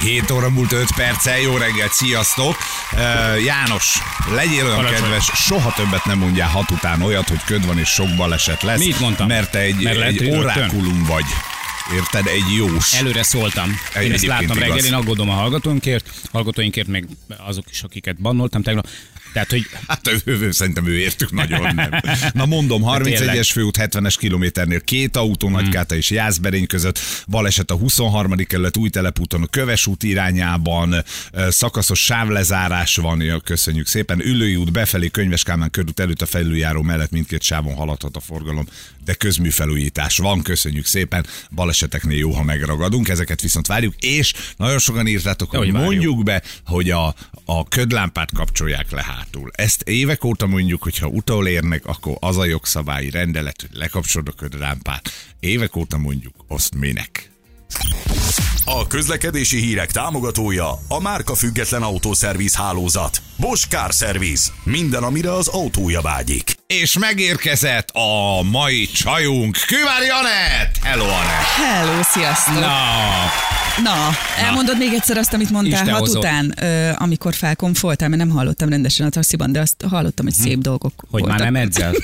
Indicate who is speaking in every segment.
Speaker 1: 7 óra múlt 5 perccel, jó reggelt, sziasztok! Uh, János, legyél olyan
Speaker 2: Parancsolj.
Speaker 1: kedves, soha többet nem mondjál hat után olyat, hogy köd van és sok baleset lesz.
Speaker 2: Mit mondtam?
Speaker 1: Mert te egy,
Speaker 2: Mert lehet,
Speaker 1: egy
Speaker 2: hogy rögtön.
Speaker 1: orákulum vagy. Érted? Egy jós.
Speaker 2: Előre szóltam. Én ezt
Speaker 1: Egyébként
Speaker 2: láttam reggel,
Speaker 1: igaz.
Speaker 2: én aggódom a hallgatóinkért, hallgatóinkért meg azok is, akiket bannoltam tegnap. Tehát, hogy
Speaker 1: Hát ő, ő, ő, szerintem ő értük nagyon nem. Na mondom, 31-es főút 70-es kilométernél két autó Nagykáta és Jászberény között, baleset a 23. kerület új telepúton a Köves út irányában, ö, szakaszos sávlezárás van, Jó, köszönjük szépen. Ülői út befelé Könyves Kálmán körút előtt a felüljáró mellett mindkét sávon haladhat a forgalom, de közműfelújítás van, köszönjük szépen. Baleseteknél jó, ha megragadunk, ezeket viszont várjuk, és nagyon sokan írtátok, hogy
Speaker 2: Hogy várjuk.
Speaker 1: mondjuk mondjuk be, hogy a, a ködlámpát kapcsolják le hátul. Ezt évek óta mondjuk, hogyha utolérnek, akkor az a jogszabályi rendelet, hogy lekapcsolod a ködlámpát. Évek óta mondjuk, azt minek?
Speaker 3: A közlekedési hírek támogatója a márka független autószerviz hálózat. Bosch Car Service. Minden, amire az autója vágyik.
Speaker 1: És megérkezett a mai csajunk, Küvári Anett! Hello, Anett!
Speaker 4: Hello, sziasztok! Na,
Speaker 2: na,
Speaker 4: Na elmondod még egyszer azt, amit mondtál
Speaker 2: Isten
Speaker 4: hat
Speaker 2: hozott.
Speaker 4: után, ö, amikor felkonfoltál, mert nem hallottam rendesen a taxiban, de azt hallottam, hogy szép dolgok
Speaker 2: Mhm. hogy
Speaker 4: voltak.
Speaker 2: már nem edzel.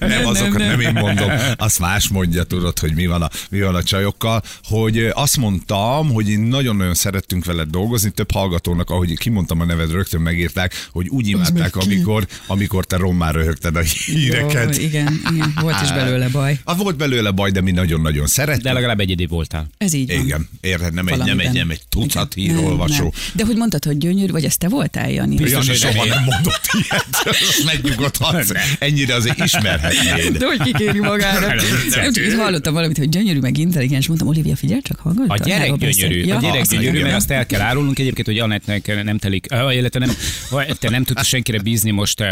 Speaker 1: nem, azokat nem, én mondom, azt más mondja, tudod, hogy mi van a, mi van a csajokkal, hogy ö, azt mondtam, hogy én nagyon-nagyon szerettünk veled dolgozni, több hallgatónak, ahogy kimondtam a neved, rögtön megírták, hogy úgy imádták,
Speaker 4: még ki?
Speaker 1: amikor, amikor te rommá röhögted a híreket.
Speaker 4: Ó, igen, igen, volt is belőle baj.
Speaker 1: Ah, volt belőle baj, de mi nagyon-nagyon szerettük.
Speaker 2: De legalább egyedi voltál.
Speaker 4: Ez így van.
Speaker 1: Igen, érted, nem egy, nem egy,
Speaker 4: Valamiben.
Speaker 1: nem egy tucat
Speaker 4: Igen. Nem, nem.
Speaker 1: hírolvasó.
Speaker 4: De hogy mondtad, hogy gyönyörű, vagy ezt te voltál, Jani?
Speaker 2: Biztos,
Speaker 1: Jani soha
Speaker 2: hogy nem én.
Speaker 1: nem mondott ilyet, megnyugodhatsz. Ennyire azért ismerhetnéd.
Speaker 4: De hogy kikéri magára.
Speaker 2: Nem,
Speaker 4: Nem csak így hallottam valamit, hogy gyönyörű, meg intelligens. Mondtam, Olivia, figyelj csak, hallgatta.
Speaker 2: A gyerek gyönyörű, a gyerek
Speaker 1: Azt
Speaker 2: gyönyörű,
Speaker 1: igen.
Speaker 2: mert azt el kell árulnunk egyébként, hogy Anettnek nem telik, ö, illetve nem, vagy te nem tudsz senkire bízni most ö,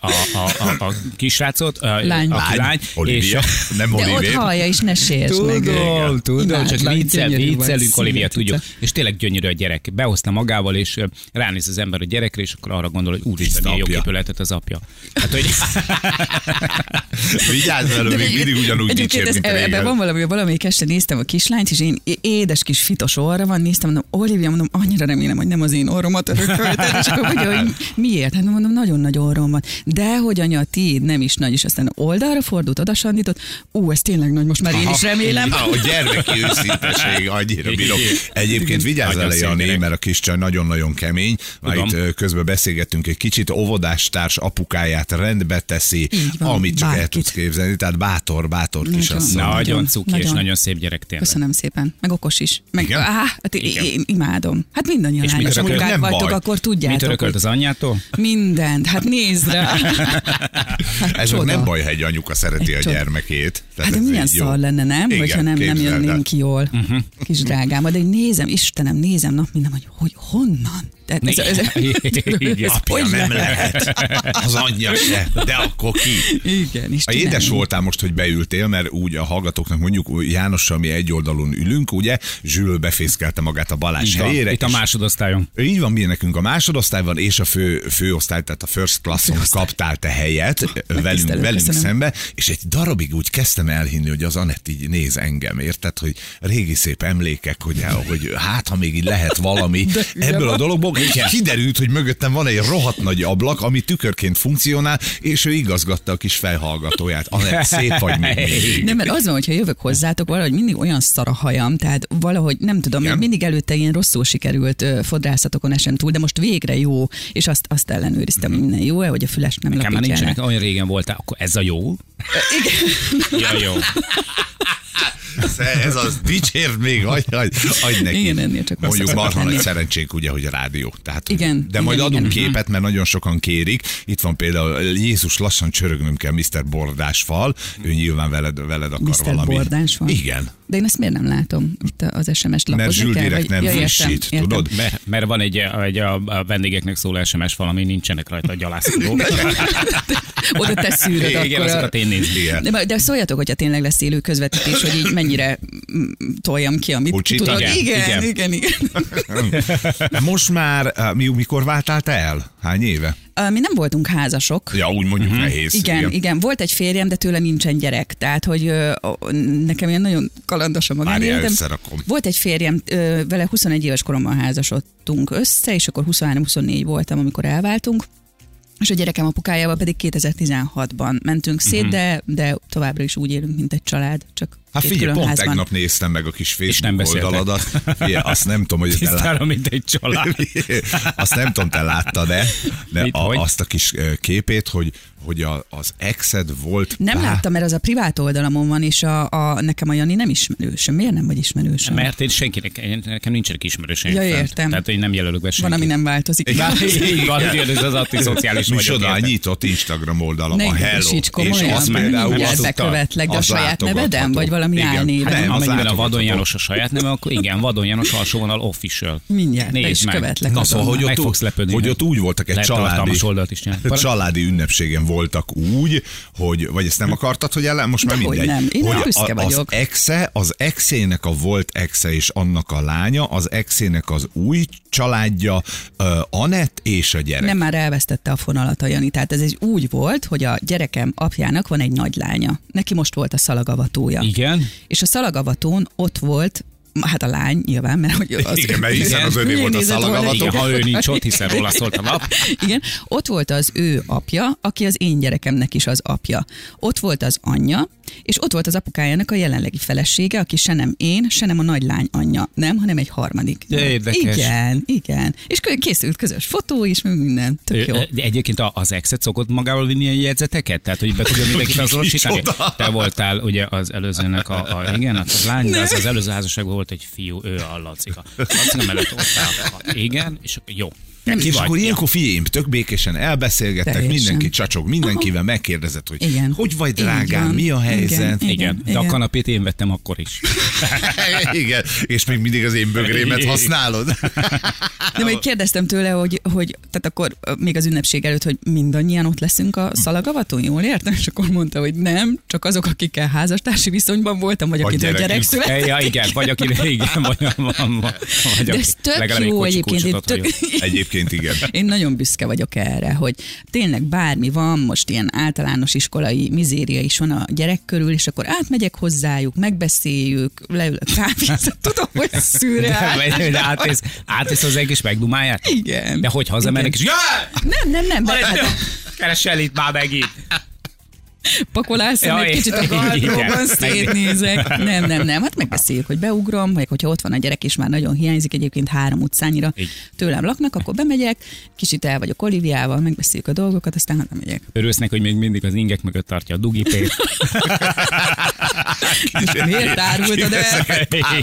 Speaker 2: a, a, a, a kisrácot, a,
Speaker 4: Lány.
Speaker 2: a lány,
Speaker 1: Olivia, nem
Speaker 4: De ott
Speaker 1: Olivier.
Speaker 4: hallja is, ne sérts meg.
Speaker 2: Tudom, tudom, csak
Speaker 4: Imádlak,
Speaker 2: viccel,
Speaker 4: gyönyörű vagy,
Speaker 2: viccelünk, Olivia,
Speaker 4: szívem
Speaker 2: tudjuk.
Speaker 4: cica.
Speaker 2: És tényleg gyönyörű a gyerek. Behozta magával, és ö, ránéz az ember a gyerekre, és akkor arra gondol, hogy úristen,
Speaker 1: Tiszta
Speaker 2: milyen
Speaker 1: apja.
Speaker 2: jogképű lehetett az apja. Hát, hogy
Speaker 1: Vigyázz velünk, még mindig ugyanúgy
Speaker 4: Egyébként
Speaker 1: dicsér,
Speaker 4: ez,
Speaker 1: mint
Speaker 4: ebben
Speaker 1: régen.
Speaker 4: van valami, valamelyik este néztem a kislányt, és én é- édes kis fitos orra van, néztem, mondom, Olivia, mondom, annyira remélem, hogy nem az én orromat örökölted, és akkor mondja, hogy miért? Hát mondom, nagyon nagy orrom van. De hogy anya, a tiéd nem is nagy, és aztán oldalra fordult, odasandított, ú, ez tényleg nagy, most már én is remélem.
Speaker 1: A gyermeki őszinteség annyira bírom. Egyébként vigyázz
Speaker 2: Nagyon
Speaker 1: vele,
Speaker 2: szép
Speaker 1: Jani,
Speaker 2: gyerek.
Speaker 1: mert a kis csaj nagyon-nagyon kemény. Már
Speaker 2: Tudom.
Speaker 1: itt ö, közben beszélgettünk egy kicsit, óvodástárs apukáját rendbe teszi,
Speaker 4: Így van,
Speaker 1: amit csak el
Speaker 4: bárkit.
Speaker 1: tudsz képzelni. Tehát bátor, bátor kisasszony.
Speaker 4: Nagyon,
Speaker 2: nagyon cuki, és
Speaker 4: nagyon.
Speaker 2: nagyon szép gyerek tényleg.
Speaker 4: Köszönöm szépen, meg okos is. Meg,
Speaker 1: Igen?
Speaker 4: áh, hát
Speaker 2: Igen.
Speaker 4: Igen. én imádom. Hát mindannyian
Speaker 2: És mit
Speaker 4: lányos
Speaker 2: örökölt?
Speaker 4: apukák
Speaker 1: Nem
Speaker 4: vagytok,
Speaker 1: baj.
Speaker 4: akkor
Speaker 2: Mit
Speaker 4: tudjátok.
Speaker 2: örökölt
Speaker 4: hogy
Speaker 2: az anyjától?
Speaker 4: Mindent, hát nézd rá. Hát
Speaker 1: Ez meg
Speaker 4: csoda.
Speaker 1: nem baj, ha egy anyuka szereti
Speaker 4: Egy
Speaker 1: a
Speaker 4: csoda.
Speaker 1: gyermekét. Tehát
Speaker 4: Hát de
Speaker 1: ez
Speaker 4: milyen
Speaker 1: így jó.
Speaker 4: szar lenne, nem?
Speaker 1: Igen,
Speaker 4: Igen, Hogyha nem, nem
Speaker 1: képzeld el. Mhm.
Speaker 4: jönnénk ki jól, uh-huh. kis drágám. De én nézem, Istenem, nézem nap, minden, hogy, hogy honnan? Tehát ez, ez, ez,
Speaker 2: Igen.
Speaker 1: Apja
Speaker 4: hogy
Speaker 1: nem
Speaker 4: lehet?
Speaker 1: lehet, az anyja se, de akkor ki?
Speaker 4: Igen,
Speaker 1: A
Speaker 4: Istenem.
Speaker 1: édes voltál most, hogy beültél, mert úgy a hallgatóknak mondjuk úgy Jánossal mi egy oldalon ülünk, ugye? Zsül befészkelte magát a Balázs
Speaker 2: Így van,
Speaker 1: helyére.
Speaker 2: Itt a
Speaker 1: és-
Speaker 2: másodosztályon.
Speaker 1: így van, mi nekünk a másodosztályban és a fő, főosztály, tehát a first classon kaptál te helyet velünk,
Speaker 4: Megtisztelő,
Speaker 1: velünk
Speaker 4: köszönöm.
Speaker 1: szembe, és egy darabig úgy kezdtem elhinni, hogy az Anett így néz engem, érted, hogy régi szép emlékek, hogy, hogy hát, ha még így lehet valami ebből a dologból, és kiderült, hogy mögöttem van egy rohadt nagy ablak, ami tükörként funkcionál, és ő igazgatta a kis felhallgatóját. Anett, szép vagy még mindig.
Speaker 4: Nem, mert az van, hogyha jövök hozzátok, valahogy mindig olyan szar a hajam, tehát valahogy nem tudom,
Speaker 1: Igen.
Speaker 4: Igen. mindig előtte ilyen rosszul sikerült ö, fodrászatokon esem túl, de most végre jó, és azt, azt ellenőriztem,
Speaker 1: Mhm.
Speaker 4: hogy minden jó-e, hogy a füles nem
Speaker 2: Nekem már
Speaker 4: lapítja
Speaker 2: nincsenek,
Speaker 4: le.
Speaker 2: olyan régen voltál, akkor ez a jó? Igen. Ja, jó.
Speaker 1: Ez az dicsért még, adj, adj, adj neki.
Speaker 4: Igen, ennél csak
Speaker 1: Mondjuk
Speaker 4: rosszabb
Speaker 1: marha nagy
Speaker 4: lennék.
Speaker 1: szerencsénk, ugye, hogy a rádió. Tehát, hogy-
Speaker 4: Igen,
Speaker 1: De majd
Speaker 4: igen,
Speaker 1: adunk
Speaker 4: igen.
Speaker 1: képet, mert nagyon sokan kérik. Itt van például Jézus lassan csörögnöm kell Mr. Bordás fal. Ő nyilván veled, veled akar
Speaker 4: Mr.
Speaker 1: valami.
Speaker 4: Bordás van?
Speaker 1: Igen.
Speaker 4: De én ezt miért nem látom? Itt az SMS lapot.
Speaker 1: Mert Zsül direkt nem frissít, tudod?
Speaker 2: Mert, mert van egy, egy a, a vendégeknek szóló SMS valami, nincsenek rajta a gyalászkodók.
Speaker 4: Oda te szűröd
Speaker 2: Igen,
Speaker 4: akkor. a-
Speaker 2: azokat Hát én nézem.
Speaker 1: Igen.
Speaker 4: De, de szóljatok, hogyha tényleg lesz élő közvetítés, hogy így mennyire mm, toljam ki, amit
Speaker 1: Pucsit?
Speaker 4: tudod.
Speaker 1: Igen,
Speaker 4: igen,
Speaker 1: igen.
Speaker 4: igen. igen.
Speaker 1: Most már, á, mi, mikor váltál te el? Hány éve?
Speaker 4: Ö, Mi nem voltunk házasok.
Speaker 1: Ja, úgy mondjuk
Speaker 2: Mhm.
Speaker 1: uh-huh. nehéz.
Speaker 4: Igen, igen, igen. Volt egy férjem, de tőle nincsen gyerek. Tehát, hogy ö, ö, nekem ilyen nagyon kalandos a
Speaker 1: Várjál,
Speaker 4: magánéletem.
Speaker 1: összerakom.
Speaker 4: Volt egy férjem, ö, vele 21 éves koromban házasodtunk össze, és akkor 23-24 voltam, amikor elváltunk. És a gyerekem apukájával pedig 2016-ban mentünk szét, uh-huh. de, de továbbra is úgy élünk, mint egy család, csak
Speaker 1: Mhm. Hát
Speaker 4: két
Speaker 1: figyelj,
Speaker 4: külön
Speaker 1: pont
Speaker 4: házban.
Speaker 1: tegnap néztem meg a kis
Speaker 2: nem
Speaker 1: Facebook
Speaker 2: beszéltek.
Speaker 1: oldaladat. Figyelj, azt nem tudom, hogy te
Speaker 2: Tisztára, mint egy család.
Speaker 1: Azt nem tudom, te láttad de, de
Speaker 2: Mit,
Speaker 1: a,
Speaker 2: hogy?
Speaker 1: azt a kis ö, képét, hogy, hogy a, az exed volt...
Speaker 4: Nem
Speaker 1: pá-
Speaker 4: láttam, mert az a privát oldalamon van, és a, a, nekem a Jani nem ismerősöm. Miért nem vagy ismerősöm?
Speaker 2: Mert én senkinek, én- nekem nincsenek ismerőseim.
Speaker 4: Ja,
Speaker 2: fent.
Speaker 4: értem.
Speaker 2: Tehát én nem jelölök be senkit.
Speaker 4: Van, ami nem változik.
Speaker 2: Bár, így van, igen, ez az antiszociális vagyok.
Speaker 1: Micsoda,
Speaker 2: érted?
Speaker 1: nyitott Instagram oldalam
Speaker 4: Ne
Speaker 1: a Hello.
Speaker 4: idegesíts komolyan.
Speaker 1: és az
Speaker 2: Nem,
Speaker 1: például
Speaker 2: mindjárt
Speaker 1: az,
Speaker 4: bekövetlek, de a
Speaker 1: az
Speaker 4: saját
Speaker 1: látogatható.
Speaker 4: neveden, vagy valami
Speaker 1: Igen.
Speaker 4: álnéven?
Speaker 1: Hát
Speaker 4: Nem,
Speaker 2: Nem,
Speaker 1: az
Speaker 2: amennyiben a Vadon
Speaker 1: látogatható.
Speaker 2: János a saját neve, akkor igen, Vadon János alsó vonal official.
Speaker 4: Mindjárt,
Speaker 2: Nézd
Speaker 4: te is
Speaker 2: meg.
Speaker 4: követlek.
Speaker 1: Na
Speaker 4: azonnal.
Speaker 1: szóval, hogy
Speaker 2: Meg
Speaker 1: ott,
Speaker 2: fogsz
Speaker 1: ú-
Speaker 2: lepődni.
Speaker 1: hogy ott úgy voltak egy
Speaker 2: Lehet
Speaker 1: családi, Hát
Speaker 2: tartalmas oldalt is csinálni. Para-
Speaker 1: családi ünnepségen voltak úgy, hogy, vagy ezt nem akartad, hogy ellen, most már
Speaker 4: Dehogy
Speaker 1: mindegy.
Speaker 4: nem. Én
Speaker 1: hogy
Speaker 4: büszke
Speaker 1: a-
Speaker 4: vagyok.
Speaker 1: Az exe, az exének a volt exe és annak a lánya, az exének az új családja, ö, Anett és a gyerek.
Speaker 4: Nem már elvesztette a fonalat a Jani. Tehát ez egy úgy volt, hogy a gyerekem apjának van egy nagylánya. Neki most volt a szalagavatója.
Speaker 2: Igen.
Speaker 4: És a szalagavatón ott volt, hát a lány nyilván, mert hogy az
Speaker 1: Igen, mert hiszen az
Speaker 4: Igen.
Speaker 1: öné volt a
Speaker 4: Nézed volna,
Speaker 1: szalagavató.
Speaker 2: Igen, ha ő nincs ott, hiszen róla szólt a nap.
Speaker 4: Igen, ott volt az ő apja, aki az én gyerekemnek is az apja. Ott volt az anyja, és ott volt az apukájának a jelenlegi felesége, aki se nem én, se nem a nagylány anyja, nem, hanem egy harmadik.
Speaker 2: De érdekes.
Speaker 4: Igen, igen. És kö- készült közös fotó is, meg minden. Tök jó.
Speaker 2: Ö, ö, De egyébként a- az exet szokott magával vinni ilyen jegyzeteket? Tehát, hogy be tudja mindenkit azonosítani?
Speaker 1: Kicsoda.
Speaker 2: Te voltál ugye az előzőnek a, a igen, hát az a lány, az, az előző házasságban volt egy fiú, ő a Lacika. Laci nem előtt ott áll. Igen, és akkor jó. Te ki
Speaker 1: és
Speaker 2: vagy?
Speaker 1: akkor
Speaker 2: Ja.
Speaker 1: ilyenkor figyelj, tök békésen elbeszélgettek,
Speaker 4: Teljesen.
Speaker 1: mindenki csacsog mindenkivel, megkérdezett, hogy
Speaker 4: Igen.
Speaker 1: hogy vagy
Speaker 4: Így
Speaker 1: drágám,
Speaker 4: van.
Speaker 1: mi a
Speaker 4: Igen,
Speaker 1: helyzet.
Speaker 4: igen.
Speaker 2: Igen, de a kanapét én vettem akkor is.
Speaker 1: Igen, és még mindig az én bögrémet használod.
Speaker 4: De még kérdeztem tőle, hogy, hogy tehát akkor ö, még az ünnepség előtt, hogy mindannyian ott leszünk a szalagavatón, jól értem? És akkor mondta, hogy nem, csak azok, akikkel házastársi viszonyban voltam, vagy akitől
Speaker 1: gyerekük.
Speaker 4: gyerek született.
Speaker 2: Ja, igen, vagy aki, igen, vagy, vagy, vagy
Speaker 4: De
Speaker 2: aki
Speaker 4: ez tök
Speaker 2: legalább egy
Speaker 4: jó
Speaker 2: kocsi
Speaker 4: egyébként. Én,
Speaker 2: kulcsot ad,
Speaker 4: tök,
Speaker 2: hogy-
Speaker 1: Egyébként igen.
Speaker 4: én nagyon büszke vagyok erre, hogy tényleg bármi van, most ilyen általános iskolai mizéria is van a gyerek körül, és akkor átmegyek hozzájuk, megbeszéljük, leül a kávézat, tudom, hogy szürre.
Speaker 2: De, de átvész, átvész hozzánk és megdumálják?
Speaker 4: Igen.
Speaker 2: De hogy hazamennek, és jaj!
Speaker 4: Nem, nem, nem, de hát
Speaker 2: Keresel itt már megint.
Speaker 4: pakolászni,
Speaker 2: Ja,
Speaker 4: ja, egy kicsit a
Speaker 2: igen.
Speaker 4: gardróban
Speaker 2: Igen.
Speaker 4: szétnézek. Nem, nem, nem, hát megbeszéljük, hogy beugrom, vagy hogyha ott van a gyerek, és már nagyon hiányzik egyébként három utcányira
Speaker 2: Így.
Speaker 4: tőlem laknak, akkor bemegyek, kicsit el vagyok Oliviával, megbeszéljük a dolgokat, aztán hazamegyek.
Speaker 2: Örülsz neki, hogy még mindig az ingek mögött tartja a dugipét.
Speaker 4: Miért árultad el?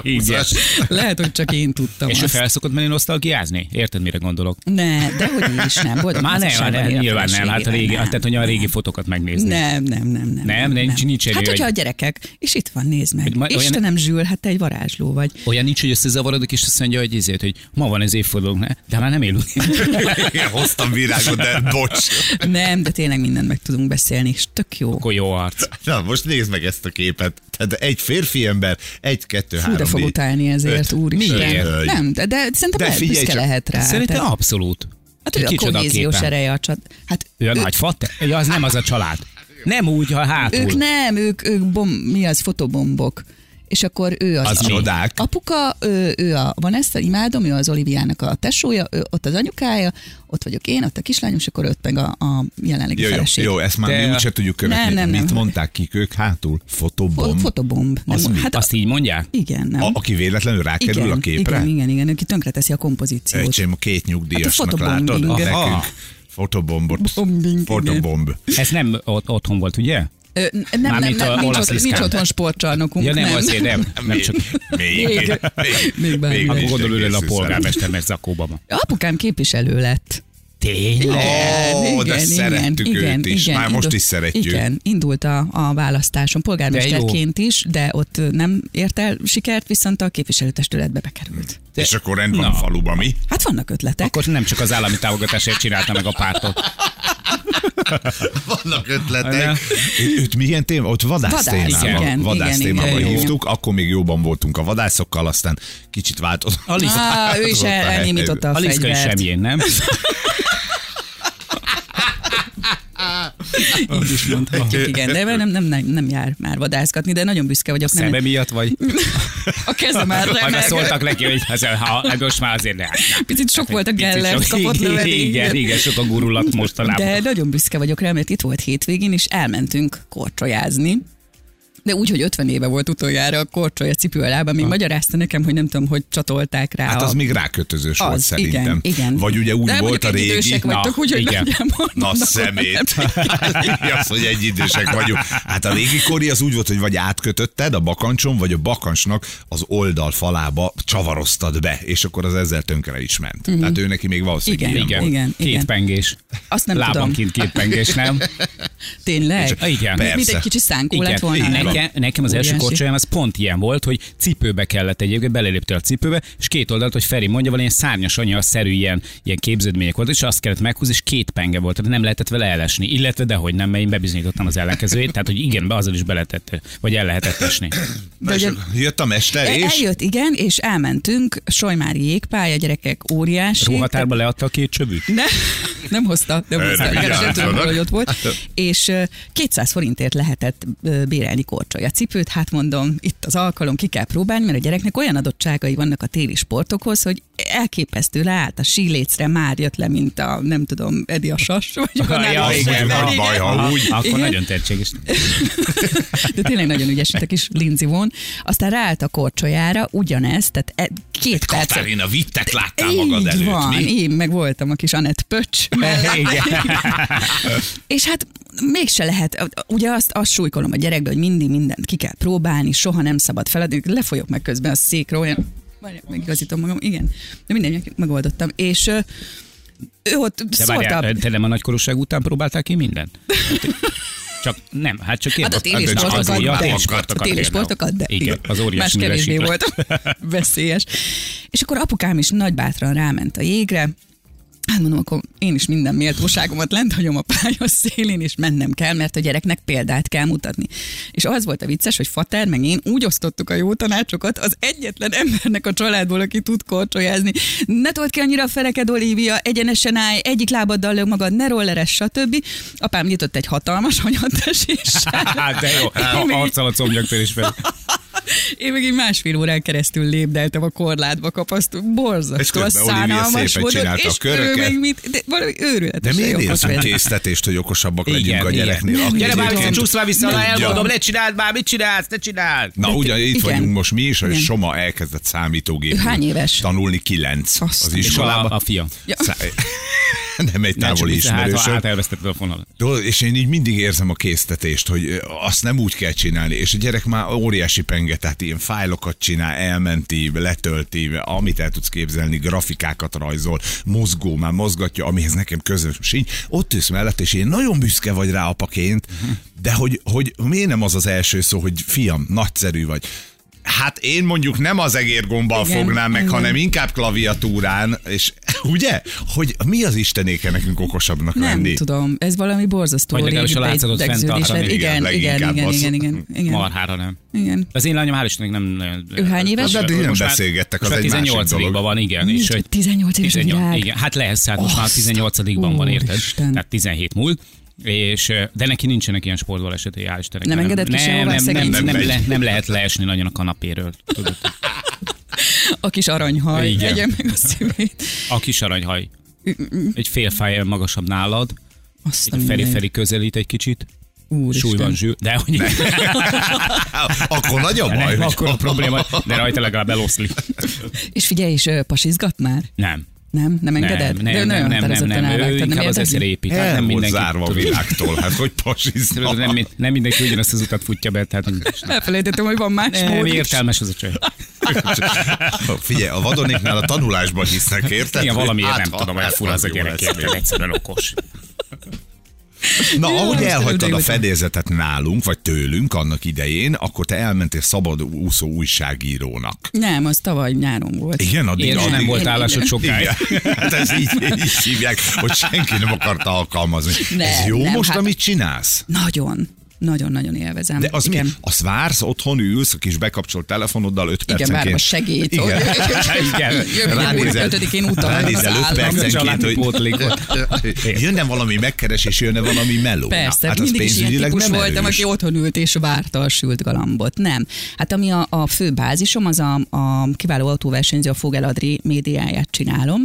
Speaker 2: Igen.
Speaker 4: Lehet, hogy csak én tudtam
Speaker 2: És ő
Speaker 4: azt.
Speaker 2: felszokott menni nosztalgiázni? Érted, mire gondolok?
Speaker 4: Ne, de hogy is nem. Boldog
Speaker 2: Már nem, már
Speaker 4: házasságban
Speaker 2: nem,
Speaker 4: él a
Speaker 2: nyilván nem. Hát a régi,
Speaker 4: feleségével,
Speaker 2: tehát, hogy a régi fotókat megnézni.
Speaker 4: Nem, nem, nem, nem.
Speaker 2: Nem, nincs- nincs erő,
Speaker 4: Hát, hogyha a
Speaker 2: hogy-
Speaker 4: gyerekek, és itt van, nézd meg.
Speaker 2: Hogy ma- olyan-
Speaker 4: Istenem, Zsül, hát te egy varázsló vagy.
Speaker 2: Olyan nincs, hogy összezavarodok, és azt mondja, hogy ezért, hogy ma van az évfordulónk, ne? de már nem élünk.
Speaker 1: Én hoztam virágot, de bocs.
Speaker 4: Nem, de tényleg mindent meg tudunk beszélni, és tök jó.
Speaker 2: Akkor jó arc.
Speaker 1: Na, most nézd meg ezt a képet. Tehát egy férfi ember, egy, kettő,
Speaker 4: Fú,
Speaker 1: három,
Speaker 4: de fog
Speaker 1: négy,
Speaker 4: utálni ezért,
Speaker 1: öt.
Speaker 4: úristen.
Speaker 1: Miért?
Speaker 4: Nem, de, de szerintem
Speaker 1: De
Speaker 4: de
Speaker 1: figyelj
Speaker 4: büszke
Speaker 1: csak,
Speaker 4: lehet rá.
Speaker 2: Szerintem
Speaker 4: Tehát-
Speaker 2: abszolút.
Speaker 4: Hát ő a
Speaker 2: Kicsoda
Speaker 4: kohéziós
Speaker 2: képen.
Speaker 4: ereje a csat. Hát
Speaker 2: Ő a
Speaker 4: ő-
Speaker 2: nagy fat? Ja, az nem az a család. Nem úgy, ha hátul.
Speaker 4: ők nem, ők, ők bom, mi az, fotobombok. És akkor ő az,
Speaker 1: Az csodák.
Speaker 4: Apuka, ő, ő a Vanessa, imádom, ő az Oliviának a tesója, ő, ott az anyukája, ott vagyok én, ott a kislányom, és akkor ott meg a, a jelenlegi
Speaker 1: Jó, jó,
Speaker 4: feleség.
Speaker 1: jó, ezt már
Speaker 2: De-
Speaker 1: mi úgyse tudjuk követni.
Speaker 4: Nem, nem,
Speaker 1: Mit
Speaker 4: nem.
Speaker 1: mondták kik ők hátul?
Speaker 4: Fo-
Speaker 1: Fotobomb.
Speaker 4: Fotobomb.
Speaker 1: Az mi?
Speaker 4: hát
Speaker 2: Azt így mondják?
Speaker 4: igen, nem.
Speaker 1: A, aki véletlenül rákerül
Speaker 4: igen,
Speaker 1: a képre?
Speaker 4: igen, igen, igen, aki tönkreteszi a kompozíciót.
Speaker 1: Öcsém, a két nyugdíjasnak
Speaker 4: Hát a
Speaker 1: hát látod?
Speaker 4: fotobombing.
Speaker 2: Aha.
Speaker 1: Nekünk fotobombot.
Speaker 4: Bombing,
Speaker 1: Fotobomb.
Speaker 2: Ez nem ott, otthon volt, ugye?
Speaker 4: Ö, n- nem, nem,
Speaker 2: Mármint
Speaker 4: nem,
Speaker 2: a
Speaker 4: nincs,
Speaker 2: olasz
Speaker 4: ott, nincs
Speaker 2: liszkán.
Speaker 4: otthon sportcsarnokunk.
Speaker 2: ja nem, azért nem. nem csak,
Speaker 1: Még,
Speaker 4: Még- még bármi.
Speaker 2: akkor
Speaker 1: is
Speaker 2: gondolom, ő a
Speaker 1: egészen
Speaker 2: polgármester, mert zakóban van.
Speaker 4: Apukám képviselő lett.
Speaker 2: Tényleg?
Speaker 1: Ó, de szerettük őt is. Már most
Speaker 4: indult-
Speaker 1: is szeretjük.
Speaker 4: Igen, indult a, a választáson polgármesterként is, de ott nem ért el sikert, viszont a képviselőtestületbe bekerült.
Speaker 1: Te- És akkor rend van
Speaker 2: Na.
Speaker 1: a faluba, mi?
Speaker 4: Hát vannak ötletek.
Speaker 2: Akkor nem csak az állami támogatásért csinálta meg a pártot.
Speaker 5: Vannak ötletek.
Speaker 1: Őt milyen téma? Ott vadász
Speaker 4: Vadász,
Speaker 1: témában,
Speaker 4: igen,
Speaker 1: vadász
Speaker 4: igen,
Speaker 1: témában
Speaker 4: igen, igen.
Speaker 1: hívtuk, akkor még jobban voltunk a vadászokkal, aztán kicsit változott.
Speaker 4: Á, ő is el- elnyimította a,
Speaker 2: A liszka is
Speaker 4: fegyvert.
Speaker 2: semjén, nem? Így is mondta.
Speaker 4: Igen, de nem, nem, nem, nem jár már vadászgatni, de nagyon büszke vagyok. nem,
Speaker 2: Szeme miatt vagy?
Speaker 4: a keze már
Speaker 2: Majd már
Speaker 4: remeg.
Speaker 2: szóltak neki, hogy ez, ha, most már azért ne.
Speaker 1: Hát
Speaker 4: Picit sok volt a
Speaker 2: Picit
Speaker 4: gellert,
Speaker 2: sok-
Speaker 4: kapott lövedék.
Speaker 2: Igen, igen, sok a gurulat mostanában.
Speaker 4: De nagyon büszke vagyok rá, mert itt volt hétvégén, és elmentünk korcsolyázni. De úgy, hogy 50 éve volt utoljára a korcsolya cipő alában, még magyarázta nekem, hogy nem tudom, hogy csatolták rá.
Speaker 1: Hát
Speaker 4: a-
Speaker 1: az még rákötözős volt
Speaker 4: az,
Speaker 1: szerintem.
Speaker 4: igen, igen.
Speaker 1: Vagy ugye úgy
Speaker 4: De
Speaker 1: volt
Speaker 4: mondjuk
Speaker 1: a
Speaker 4: egy
Speaker 1: régi...
Speaker 4: Idősek vagytok,
Speaker 2: Na,
Speaker 4: úgyhogy
Speaker 2: igen.
Speaker 4: nagyjából
Speaker 1: Na
Speaker 4: mondom,
Speaker 1: szemét. Mi az, hogy egy idősek vagyunk. Hát a régi kori az úgy volt, hogy vagy átkötötted a bakancson, vagy a bakancsnak az oldal falába csavaroztad be, és akkor az ezzel tönkre is ment. Tehát ő neki még valószínűleg
Speaker 4: Mhm. Igen,
Speaker 1: ilyen
Speaker 4: igen,
Speaker 1: volt.
Speaker 4: igen,
Speaker 2: Két
Speaker 4: igen.
Speaker 2: pengés.
Speaker 4: Azt nem
Speaker 2: Lábam
Speaker 4: tudom.
Speaker 2: kint két pengés, nem?
Speaker 4: Tényleg?
Speaker 2: És- igen.
Speaker 4: Mint- Mint
Speaker 1: Persze.
Speaker 4: egy kicsi szánkó lett volna.
Speaker 2: Igen.
Speaker 4: nem?
Speaker 2: Nekem, nekem az első
Speaker 4: Óriási.
Speaker 2: korcsolyám az pont ilyen volt, hogy cipőbe kellett egyébként, beleléptél a cipőbe, és két oldalt, hogy Feri mondja, valamilyen szárnyas anya szerű ilyen, ilyen képződmények voltak, és azt kellett meghúzni, és két penge volt, tehát nem lehetett vele elesni. Illetve dehogy nem, mert én bebizonyítottam az ellenkezőjét, tehát hogy igen, be azzal is beletett, vagy el lehetett esni.
Speaker 1: Na, és
Speaker 4: ugye- E-
Speaker 1: akkor jött a mester,
Speaker 4: El-
Speaker 1: és...
Speaker 4: Eljött, igen, és elmentünk, Solymári jégpálya, gyerekek óriási.
Speaker 2: Ruhatárba leadta a két csövűt?
Speaker 4: Ne, nem hozta, nem hozta.
Speaker 1: Erre
Speaker 4: Legalábbis nem
Speaker 1: vigyázzanak.
Speaker 4: tudom, hogy ott volt. És ö, 200 forintért lehetett ö, bérelni korcsolya cipőt, hát mondom, itt az alkalom, ki kell próbálni, mert a gyereknek olyan adottságai vannak a téli sportokhoz, hogy elképesztő leállt a sílécre, már jött le, mint a, nem tudom, Edi a sas, vagy a
Speaker 2: Ja,
Speaker 4: nálam-
Speaker 2: az
Speaker 1: igen,
Speaker 2: mondjuk
Speaker 1: nem
Speaker 2: nagy
Speaker 1: baj, ha
Speaker 2: Aha,
Speaker 1: úgy.
Speaker 2: Akkor
Speaker 4: Igen.
Speaker 2: nagyon tehetséges.
Speaker 4: De tényleg nagyon ügyes, mint a kis Lindsay von. Aztán ráállt a korcsolyára, ugyanezt, tehát e- két percet
Speaker 1: Katarina, vittek láttál
Speaker 4: Így
Speaker 1: magad előtt,
Speaker 4: van,
Speaker 1: mi?
Speaker 4: én meg voltam a kis Anett Pöcs mellett. És hát mégse lehet, ugye azt, azt súlykolom a gyerekbe, hogy mindig mindent ki kell próbálni, soha nem szabad feladni, lefolyok meg közben a székről, olyan, várjál, megigazítom magam, igen, de mindenki megoldottam, és ö, ő ott
Speaker 2: De
Speaker 4: szóltam.
Speaker 2: várjál, te nem a nagykorúság után próbálták ki mindent? Csak nem, hát csak én
Speaker 4: Hát a
Speaker 2: voltam.
Speaker 1: de csak
Speaker 4: télisportokat,
Speaker 1: az
Speaker 4: de,
Speaker 1: új-
Speaker 4: a
Speaker 1: a
Speaker 2: télisportokat,
Speaker 4: télisportokat, de
Speaker 2: igen. Az óriási
Speaker 4: más kevésbé
Speaker 2: művesítő.
Speaker 4: volt veszélyes. És akkor apukám is nagybátran ráment a jégre, Hát mondom, akkor én is minden méltóságomat lent hagyom a pálya szélén, és mennem kell, mert a gyereknek példát kell mutatni. És az volt a vicces, hogy Fater meg én úgy osztottuk a jó tanácsokat az egyetlen embernek a családból, aki tud korcsolyázni. Ne told ki annyira a fereked, Olivia, egyenesen állj, egyik lábaddal lög magad, ne rolleres, stb. Apám nyitott egy hatalmas anyatteséssel.
Speaker 2: Hát de jó,
Speaker 4: Én még-
Speaker 2: a arccal a combnyaktól is fel.
Speaker 4: Én meg így másfél órán keresztül lépdeltem a korlátba kapasztó,
Speaker 1: És
Speaker 4: borzasztó, a
Speaker 1: közben Olivia
Speaker 4: szánalmas
Speaker 1: szépen
Speaker 4: módon,
Speaker 1: csinálta a
Speaker 4: és ő
Speaker 1: köröket.
Speaker 4: még mit, de valami
Speaker 1: De
Speaker 4: őrületes.
Speaker 1: miért érzünk késztetést, hogy okosabbak legyünk a gyereknél? aki
Speaker 2: Gyere már, vissza,
Speaker 1: egyébként-
Speaker 2: csúsz már vissza, alá,
Speaker 1: Tudja.
Speaker 2: elmondom, ne csináld már, mit csinálsz, ne csináld.
Speaker 1: Na, ugyan itt
Speaker 4: igen.
Speaker 1: vagyunk most mi is, hogy
Speaker 4: Igen.
Speaker 1: Soma elkezdett számítógépet.
Speaker 4: Ő hány éves?
Speaker 1: Tanulni kilenc az
Speaker 4: Aztán.
Speaker 2: És a,
Speaker 1: iskolában.
Speaker 2: a fia.
Speaker 4: Ja.
Speaker 1: Szá- Nem egy távoli
Speaker 2: Hát, ha
Speaker 1: ismerősöm.
Speaker 2: átelvesztetted a fonalat.
Speaker 1: Tudod, És én így mindig érzem a késztetést, hogy ö, azt nem úgy kell csinálni, és a gyerek már óriási penge, tehát ilyen fájlokat csinál, elmenti, letölti, amit el tudsz képzelni, grafikákat rajzol, mozgó, már mozgatja, amihez nekem közös sincs. Ott ülsz mellett, és én nagyon büszke vagy rá apaként, de hogy, hogy miért nem az az első szó, hogy fiam, nagyszerű vagy. Hát én mondjuk nem az egérgombbal
Speaker 4: Igen,
Speaker 1: fognám meg,
Speaker 4: igen.
Speaker 1: hanem inkább klaviatúrán, és ugye, hogy mi az istenéke nekünk okosabbnak
Speaker 4: Nem
Speaker 1: lenni?
Speaker 4: tudom, ez valami borzasztó
Speaker 2: Vagy legalábbis a látszatot
Speaker 4: beidegződés
Speaker 2: fenntartani,
Speaker 4: lett. Igen,
Speaker 1: igen,
Speaker 4: igen, igen,
Speaker 1: leginkább
Speaker 4: igen,
Speaker 1: az.
Speaker 4: igen, igen, igen,
Speaker 2: Marhára nem.
Speaker 4: igen.
Speaker 2: Az én lányom, hál' Istennek nem nagyon...
Speaker 4: Ő hány éves?
Speaker 1: De ti nem
Speaker 2: most már-
Speaker 1: beszélgettek,
Speaker 2: most
Speaker 1: az
Speaker 2: már
Speaker 1: egy másik
Speaker 2: 18 ban
Speaker 1: dolog.
Speaker 2: van, igen.
Speaker 4: Nincs, hogy 18 éves a virág.
Speaker 2: igen. Hát lesz, hát most már
Speaker 4: Azt,
Speaker 2: 18 ban van, érted?
Speaker 4: úristen.
Speaker 2: Tehát 17 múlt. És, ö, de neki nincsenek ilyen sportbalesetei, hál' Istennek.
Speaker 4: Nem engedett ki
Speaker 2: nem,
Speaker 4: sehová,
Speaker 2: nem, nem,
Speaker 4: szegény?
Speaker 2: nem,
Speaker 1: Nem
Speaker 2: nem,
Speaker 1: megy.
Speaker 2: le, nem, lehet leesni nagyon a kanapéről. Tudod?
Speaker 4: A kis aranyhaj,
Speaker 2: Igen.
Speaker 4: egyen meg a szívét.
Speaker 2: A kis aranyhaj. Egy fél fájjel magasabb nálad.
Speaker 4: Azt a
Speaker 2: Így a Feri
Speaker 4: mindenit.
Speaker 2: Feri közelít egy kicsit.
Speaker 4: Úristen.
Speaker 2: Súlyban zsű. De hogy
Speaker 1: Akkor nagy a baj,
Speaker 2: nem,
Speaker 1: hogy
Speaker 2: akkor a probléma, de rajta legalább eloszlik.
Speaker 4: És figyelj, és ö, pasizgat már?
Speaker 2: Nem.
Speaker 4: Nem? Nem
Speaker 2: Nem,
Speaker 4: engeded?
Speaker 2: nem, nem, nem, nem, nem,
Speaker 4: állvágtad,
Speaker 2: ő inkább az
Speaker 4: érdekli?
Speaker 2: eszre épít. Hát
Speaker 1: nem
Speaker 2: nem
Speaker 1: volt
Speaker 2: mindenki.
Speaker 1: zárva a
Speaker 2: tudod.
Speaker 1: világtól, hát hogy pasizna.
Speaker 2: Tudod, nem, mi- nem mindenki ugyanazt az utat futja be, tehát
Speaker 4: Elfelejtettem, hogy van más
Speaker 2: nem
Speaker 4: mód is.
Speaker 2: értelmes az a csaj.
Speaker 1: Hát, Figyelj, a vadonéknál a tanulásban hisznek, érted?
Speaker 2: Igen, valamiért nem
Speaker 1: Hát,
Speaker 2: tudom,
Speaker 1: hát,
Speaker 2: hogy fura az a
Speaker 1: jó
Speaker 2: gyerek,
Speaker 1: lesz még.
Speaker 2: érted, egyszerűen okos.
Speaker 1: Na,
Speaker 4: Jó,
Speaker 1: ahogy
Speaker 4: Istenem,
Speaker 1: elhagytad a
Speaker 4: tényleg.
Speaker 1: fedélzetet nálunk, vagy tőlünk annak idején, akkor te elmentél szabad úszó újságírónak.
Speaker 4: Nem, az tavaly nyáron volt.
Speaker 1: Igen, addig,
Speaker 2: Én
Speaker 1: addig
Speaker 2: nem volt állásod sokáig.
Speaker 1: Igen. Hát ez így, így hívják, hogy senki nem akarta alkalmazni.
Speaker 4: Nem,
Speaker 1: ez jó
Speaker 4: nem,
Speaker 1: most,
Speaker 4: hát-
Speaker 1: amit csinálsz?
Speaker 4: Nagyon, nagyon-nagyon élvezem.
Speaker 1: De az
Speaker 4: Igen.
Speaker 1: mi? Azt vársz, otthon ülsz a kis bekapcsolt telefonoddal 5
Speaker 4: Igen,
Speaker 1: percenként.
Speaker 4: várom a segít.
Speaker 1: Igen.
Speaker 2: Igen.
Speaker 4: Jövő
Speaker 1: Ránézel-
Speaker 4: ötödikén utalnak az
Speaker 1: Ránézel 5
Speaker 4: állam.
Speaker 1: percenként,
Speaker 2: Családi
Speaker 1: hogy
Speaker 2: pótlékot.
Speaker 1: jönne valami megkeresés, jönne valami meló.
Speaker 4: Persze,
Speaker 1: hát
Speaker 4: hát
Speaker 1: az
Speaker 4: mindig is ilyen
Speaker 1: pénzügyileg
Speaker 4: típus
Speaker 1: nem
Speaker 4: voltam,
Speaker 1: erős.
Speaker 4: aki otthon ült és várta a sült galambot. Nem. Hát ami a, a fő bázisom, az a, a kiváló autóversenyző, a Fogel Adri médiáját csinálom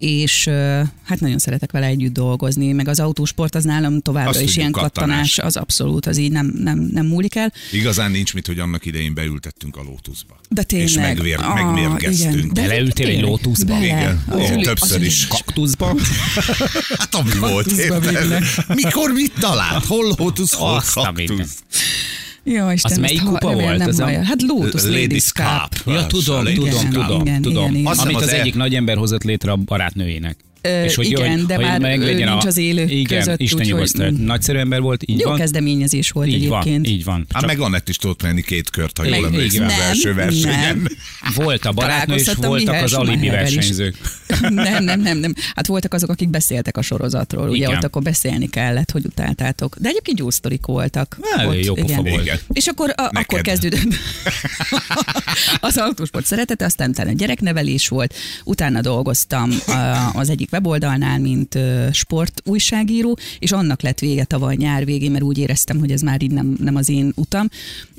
Speaker 4: és ö, hát nagyon szeretek vele együtt dolgozni, meg az autósport az nálam továbbra
Speaker 1: Azt
Speaker 4: is
Speaker 1: tudjuk,
Speaker 4: ilyen
Speaker 1: kattanás.
Speaker 4: kattanás, az abszolút, az így nem, nem, nem múlik el.
Speaker 1: Igazán nincs mit, hogy annak idején beültettünk a lótuszba.
Speaker 4: De tényleg.
Speaker 1: És megvér,
Speaker 4: Ah,
Speaker 1: megmérgeztünk.
Speaker 4: igen. De
Speaker 2: Beleültél egy
Speaker 4: tényleg,
Speaker 2: lótuszba?
Speaker 4: bele.
Speaker 1: Igen.
Speaker 4: Az
Speaker 1: Én
Speaker 4: ülő-
Speaker 1: többször
Speaker 4: az
Speaker 1: is.
Speaker 4: ülés.
Speaker 2: Kaktuszba?
Speaker 1: Hát ami volt,
Speaker 4: Kaktuszba
Speaker 1: érted?
Speaker 4: végleg.
Speaker 1: Mikor mit talált? Hol lótusz, hol
Speaker 2: Azt a mindent.
Speaker 1: kaktusz?
Speaker 4: Jó, Isten,
Speaker 2: melyik
Speaker 4: ezt ha-
Speaker 2: kupa
Speaker 4: remélem
Speaker 2: volt?
Speaker 4: Nem
Speaker 2: Ez a-
Speaker 4: hallja. Hát Lotus Ladies Cup.
Speaker 2: Ja, tudom,
Speaker 1: Ladies
Speaker 2: tudom,
Speaker 1: Cup.
Speaker 2: tudom,
Speaker 4: igen,
Speaker 2: tudom.
Speaker 4: igen.
Speaker 1: Azt
Speaker 2: Amit
Speaker 1: hiszem,
Speaker 2: az,
Speaker 1: az el-
Speaker 2: egyik nagyember hozott létre a barátnőjének.
Speaker 4: Ö, igen, de már
Speaker 2: meglegyen
Speaker 4: ő nincs az élők
Speaker 2: igen,
Speaker 4: között,
Speaker 2: Isten
Speaker 4: úgyhogy-
Speaker 2: nyugosztal. Nagyszerű ember volt, így
Speaker 4: Jó
Speaker 2: van.
Speaker 4: kezdeményezés volt
Speaker 2: Így van,
Speaker 4: egyébként.
Speaker 2: így van.
Speaker 1: Hát meg Annett is tudott menni két kört, ha jól
Speaker 2: Meg-
Speaker 1: emlékszem az
Speaker 4: nem,
Speaker 1: első versenyen.
Speaker 4: nem.
Speaker 2: Volt a barátnő, és
Speaker 4: Találkozhattam
Speaker 2: voltak
Speaker 4: Mihály
Speaker 2: az alibi
Speaker 4: Schumacherrel is.
Speaker 2: versenyzők.
Speaker 4: nem, nem, nem, nem. Hát voltak azok, akik beszéltek a sorozatról, ugye
Speaker 2: Igen.
Speaker 4: ott akkor beszélni kellett, hogy utáltátok. De egyébként jó sztorik voltak.
Speaker 2: Hát,
Speaker 4: Ott,
Speaker 2: jó pofa volt.
Speaker 1: Igen.
Speaker 4: És akkor, a, akkor kezdődött az autósport szeretete, aztán utána gyereknevelés volt, utána dolgoztam ö, az egyik weboldalnál, mint ö, sportújságíró, és annak lett vége tavaly nyár végén, mert úgy éreztem, hogy ez már így nem, nem az én utam,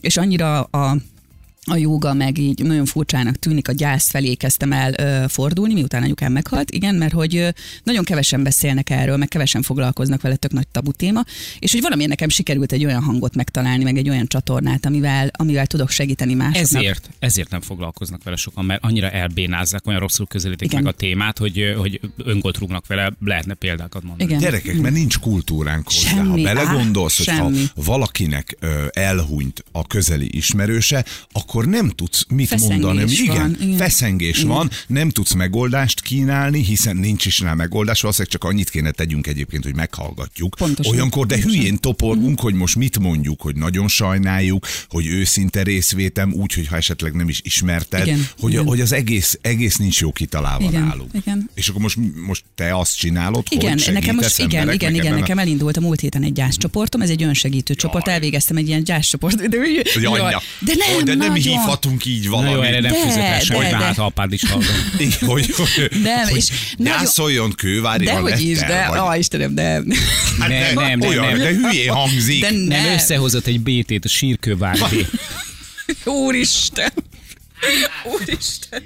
Speaker 4: és annyira a a joga meg így nagyon furcsának tűnik, a gyász felé kezdtem el ö, fordulni, miután anyukám meghalt, igen, mert hogy ö, nagyon kevesen beszélnek erről, meg kevesen foglalkoznak vele, tök nagy tabu téma, és hogy valamiért nekem sikerült egy olyan hangot megtalálni, meg egy olyan csatornát, amivel, amivel tudok segíteni másoknak.
Speaker 2: Ezért, ezért nem foglalkoznak vele sokan, mert annyira elbénázzák, olyan rosszul közelítik
Speaker 4: Igen.
Speaker 2: meg a témát, hogy, hogy öngolt rúgnak vele, lehetne példákat mondani.
Speaker 4: Igen.
Speaker 1: Gyerekek, mert nincs kultúránk hozzá. ha
Speaker 4: Semmi,
Speaker 1: belegondolsz,
Speaker 4: áh,
Speaker 1: hogy ha
Speaker 4: semmi.
Speaker 1: valakinek ö, elhunyt a közeli ismerőse, akkor nem tudsz mit
Speaker 4: Feszengés
Speaker 1: mondani. ami-
Speaker 4: van,
Speaker 1: igen,
Speaker 4: igen.
Speaker 1: feszengés
Speaker 4: Igen.
Speaker 1: van, nem tudsz megoldást kínálni, hiszen nincs is rá megoldás, valószínűleg csak annyit kéne tegyünk egyébként, hogy meghallgatjuk.
Speaker 4: Pontosan.
Speaker 1: Olyankor de
Speaker 4: Pontosan. Mhm.
Speaker 1: hülyén toporgunk, hogy most mit mondjuk, hogy nagyon sajnáljuk, hogy őszinte részvétem, úgy, hogy ha esetleg nem is ismerted,
Speaker 4: Igen,
Speaker 1: hogy,
Speaker 4: igen.
Speaker 1: hogy az egész, egész nincs jó kitalálva
Speaker 4: Igen,
Speaker 1: nálunk.
Speaker 4: igen.
Speaker 1: És akkor most, most te azt csinálod,
Speaker 4: Igen,
Speaker 1: hogy
Speaker 4: nekem most
Speaker 1: segítesz
Speaker 4: igen,
Speaker 1: embereknek
Speaker 4: igen, igen,
Speaker 1: ebben a-
Speaker 4: nekem elindult a múlt héten egy gyászcsoportom, ez egy önsegítő csoport, elvégeztem egy ilyen gyászcsoport. De,
Speaker 1: Jaj,
Speaker 4: jaj,
Speaker 1: anya.
Speaker 4: de nem,
Speaker 1: Hogy de nem
Speaker 4: nagyon.
Speaker 1: hívhatunk így
Speaker 2: Na
Speaker 1: valamit.
Speaker 2: jó, erre nem
Speaker 4: De,
Speaker 2: fűzött rá sem,
Speaker 4: de,
Speaker 2: hogy
Speaker 4: de.
Speaker 2: hát apád is hallgat.
Speaker 1: Igen, hogy, hogy,
Speaker 4: Nem,
Speaker 1: hogy
Speaker 4: és nagyon-
Speaker 1: gyászoljon kővári
Speaker 4: De
Speaker 1: van
Speaker 4: hogy is, de,
Speaker 1: vagy,
Speaker 4: ah, Istenem, de
Speaker 1: hát
Speaker 2: Nem,
Speaker 1: de,
Speaker 2: nem, nem,
Speaker 1: olyan,
Speaker 2: nem.
Speaker 1: de hülyé hangzik.
Speaker 4: De
Speaker 1: De,
Speaker 2: Nem,
Speaker 4: ne.
Speaker 2: összehozott egy BT-t, a sírkővárdi.
Speaker 4: Úristen! Úristen!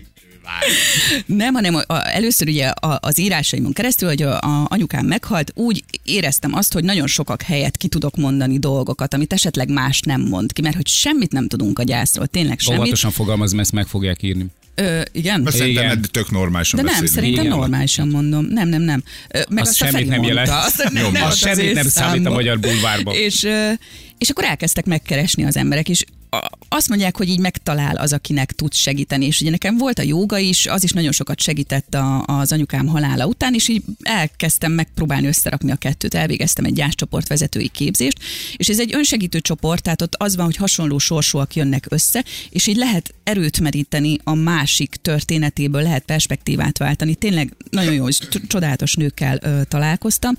Speaker 4: Nem, hanem a, a, először ugye a, az írásaimon keresztül, hogy a, a anyukám meghalt, úgy éreztem azt, hogy nagyon sokak helyett ki tudok mondani dolgokat, amit esetleg más nem mond ki, mert hogy semmit nem tudunk a gyászról, tényleg semmit.
Speaker 2: Óvatosan fogalmaz, mert ezt meg fogják írni.
Speaker 4: Ö, igen?
Speaker 1: Mert szerintem
Speaker 2: Igen.
Speaker 1: eddig tök normálisan
Speaker 4: De nem,
Speaker 1: beszélünk.
Speaker 4: szerintem
Speaker 2: Igen.
Speaker 4: normálisan mondom. Nem, nem, nem. Ö, Meg
Speaker 2: Az
Speaker 4: azt a
Speaker 2: semmit
Speaker 4: Feri
Speaker 2: nem
Speaker 4: mondta.
Speaker 2: jelent.
Speaker 4: Azt nem,
Speaker 2: Jó,
Speaker 4: nem,
Speaker 2: az
Speaker 4: az
Speaker 2: semmit nem
Speaker 4: én
Speaker 2: számít a
Speaker 4: számom.
Speaker 2: magyar bulvárban.
Speaker 4: És, ö, és akkor elkezdtek megkeresni az emberek, és a- azt mondják, hogy így megtalál az, akinek tud segíteni. És ugye nekem volt a jóga is, az is nagyon sokat segített a, az anyukám halála után, és így elkezdtem megpróbálni összerakni a kettőt. Elvégeztem egy gyászcsoport vezetői képzést, és ez egy önsegítő csoport, tehát ott az van, hogy hasonló sorsúak jönnek össze, és így lehet erőt meríteni a másik történetéből, lehet perspektívát váltani. Tényleg nagyon jó, és c- csodálatos nőkkel ö, találkoztam.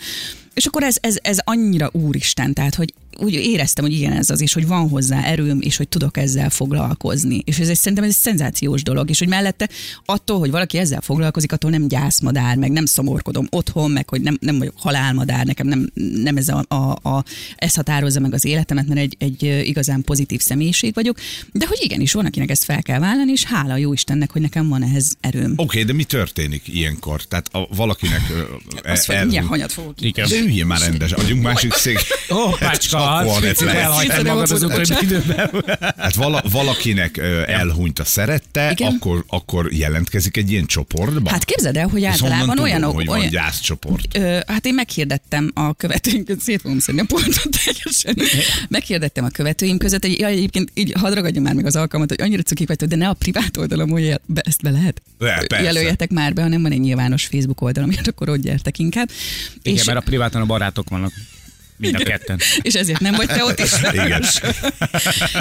Speaker 4: És akkor ez, ez, ez annyira úristen, tehát hogy úgy éreztem, hogy igen, ez az is, hogy van hozzá erőm, és hogy tudok ezzel foglalkozni. És ez egy, szerintem ez egy szenzációs dolog, és hogy mellette attól, hogy valaki ezzel foglalkozik, attól nem gyászmadár, meg nem szomorkodom otthon, meg hogy nem, nem vagyok halálmadár, nekem nem, nem ez, a, a, a, ez határozza meg az életemet, mert egy, egy ö, igazán pozitív személyiség vagyok. De hogy igenis, van, akinek ezt fel kell vállalni, és hála a jó Istennek, hogy nekem van ehhez erőm.
Speaker 1: Oké, okay, de mi történik ilyenkor? Tehát a, valakinek ö, e-
Speaker 4: Azt fel,
Speaker 1: elhunyt.
Speaker 4: mindjárt hanyat fogok ki.
Speaker 2: Igen.
Speaker 1: De üljél már rendes, adjunk másik szék.
Speaker 2: Ó,
Speaker 1: Csak
Speaker 2: pácska,
Speaker 1: van, ez
Speaker 2: picit
Speaker 1: lehet.
Speaker 2: elhagytad
Speaker 4: Viccelem,
Speaker 2: magad az
Speaker 4: bocsánat.
Speaker 2: ukrán időben.
Speaker 1: Hát vala, valakinek ö, elhunyt a szerette,
Speaker 4: Igen.
Speaker 1: akkor, akkor jelentkezik egy ilyen csoportba?
Speaker 4: Hát képzeld el, hogy
Speaker 1: És honnan
Speaker 4: általában
Speaker 1: tudom,
Speaker 4: olyan,
Speaker 1: hogy van
Speaker 4: olyan,
Speaker 1: gyászcsoport.
Speaker 4: Ö, hát én meghirdettem a követőim, szét fogom szedni a pontot teljesen. Meghirdettem a követőim között, egy, jaj, egyébként így hadd ragadja már még az alkalmat, hogy annyira cukik vagytok, de ne a privát oldalam, hogy jel- be, ezt be lehet.
Speaker 1: Le, persze.
Speaker 4: Jelöljetek már be, hanem van egy nyilvános Facebook oldalam, és akkor ott gyertek inkább.
Speaker 2: Igen,
Speaker 4: és
Speaker 2: mert a priváton a barátok vannak. Mind a ketten.
Speaker 4: És ezért nem vagy te ott is.
Speaker 1: Igen.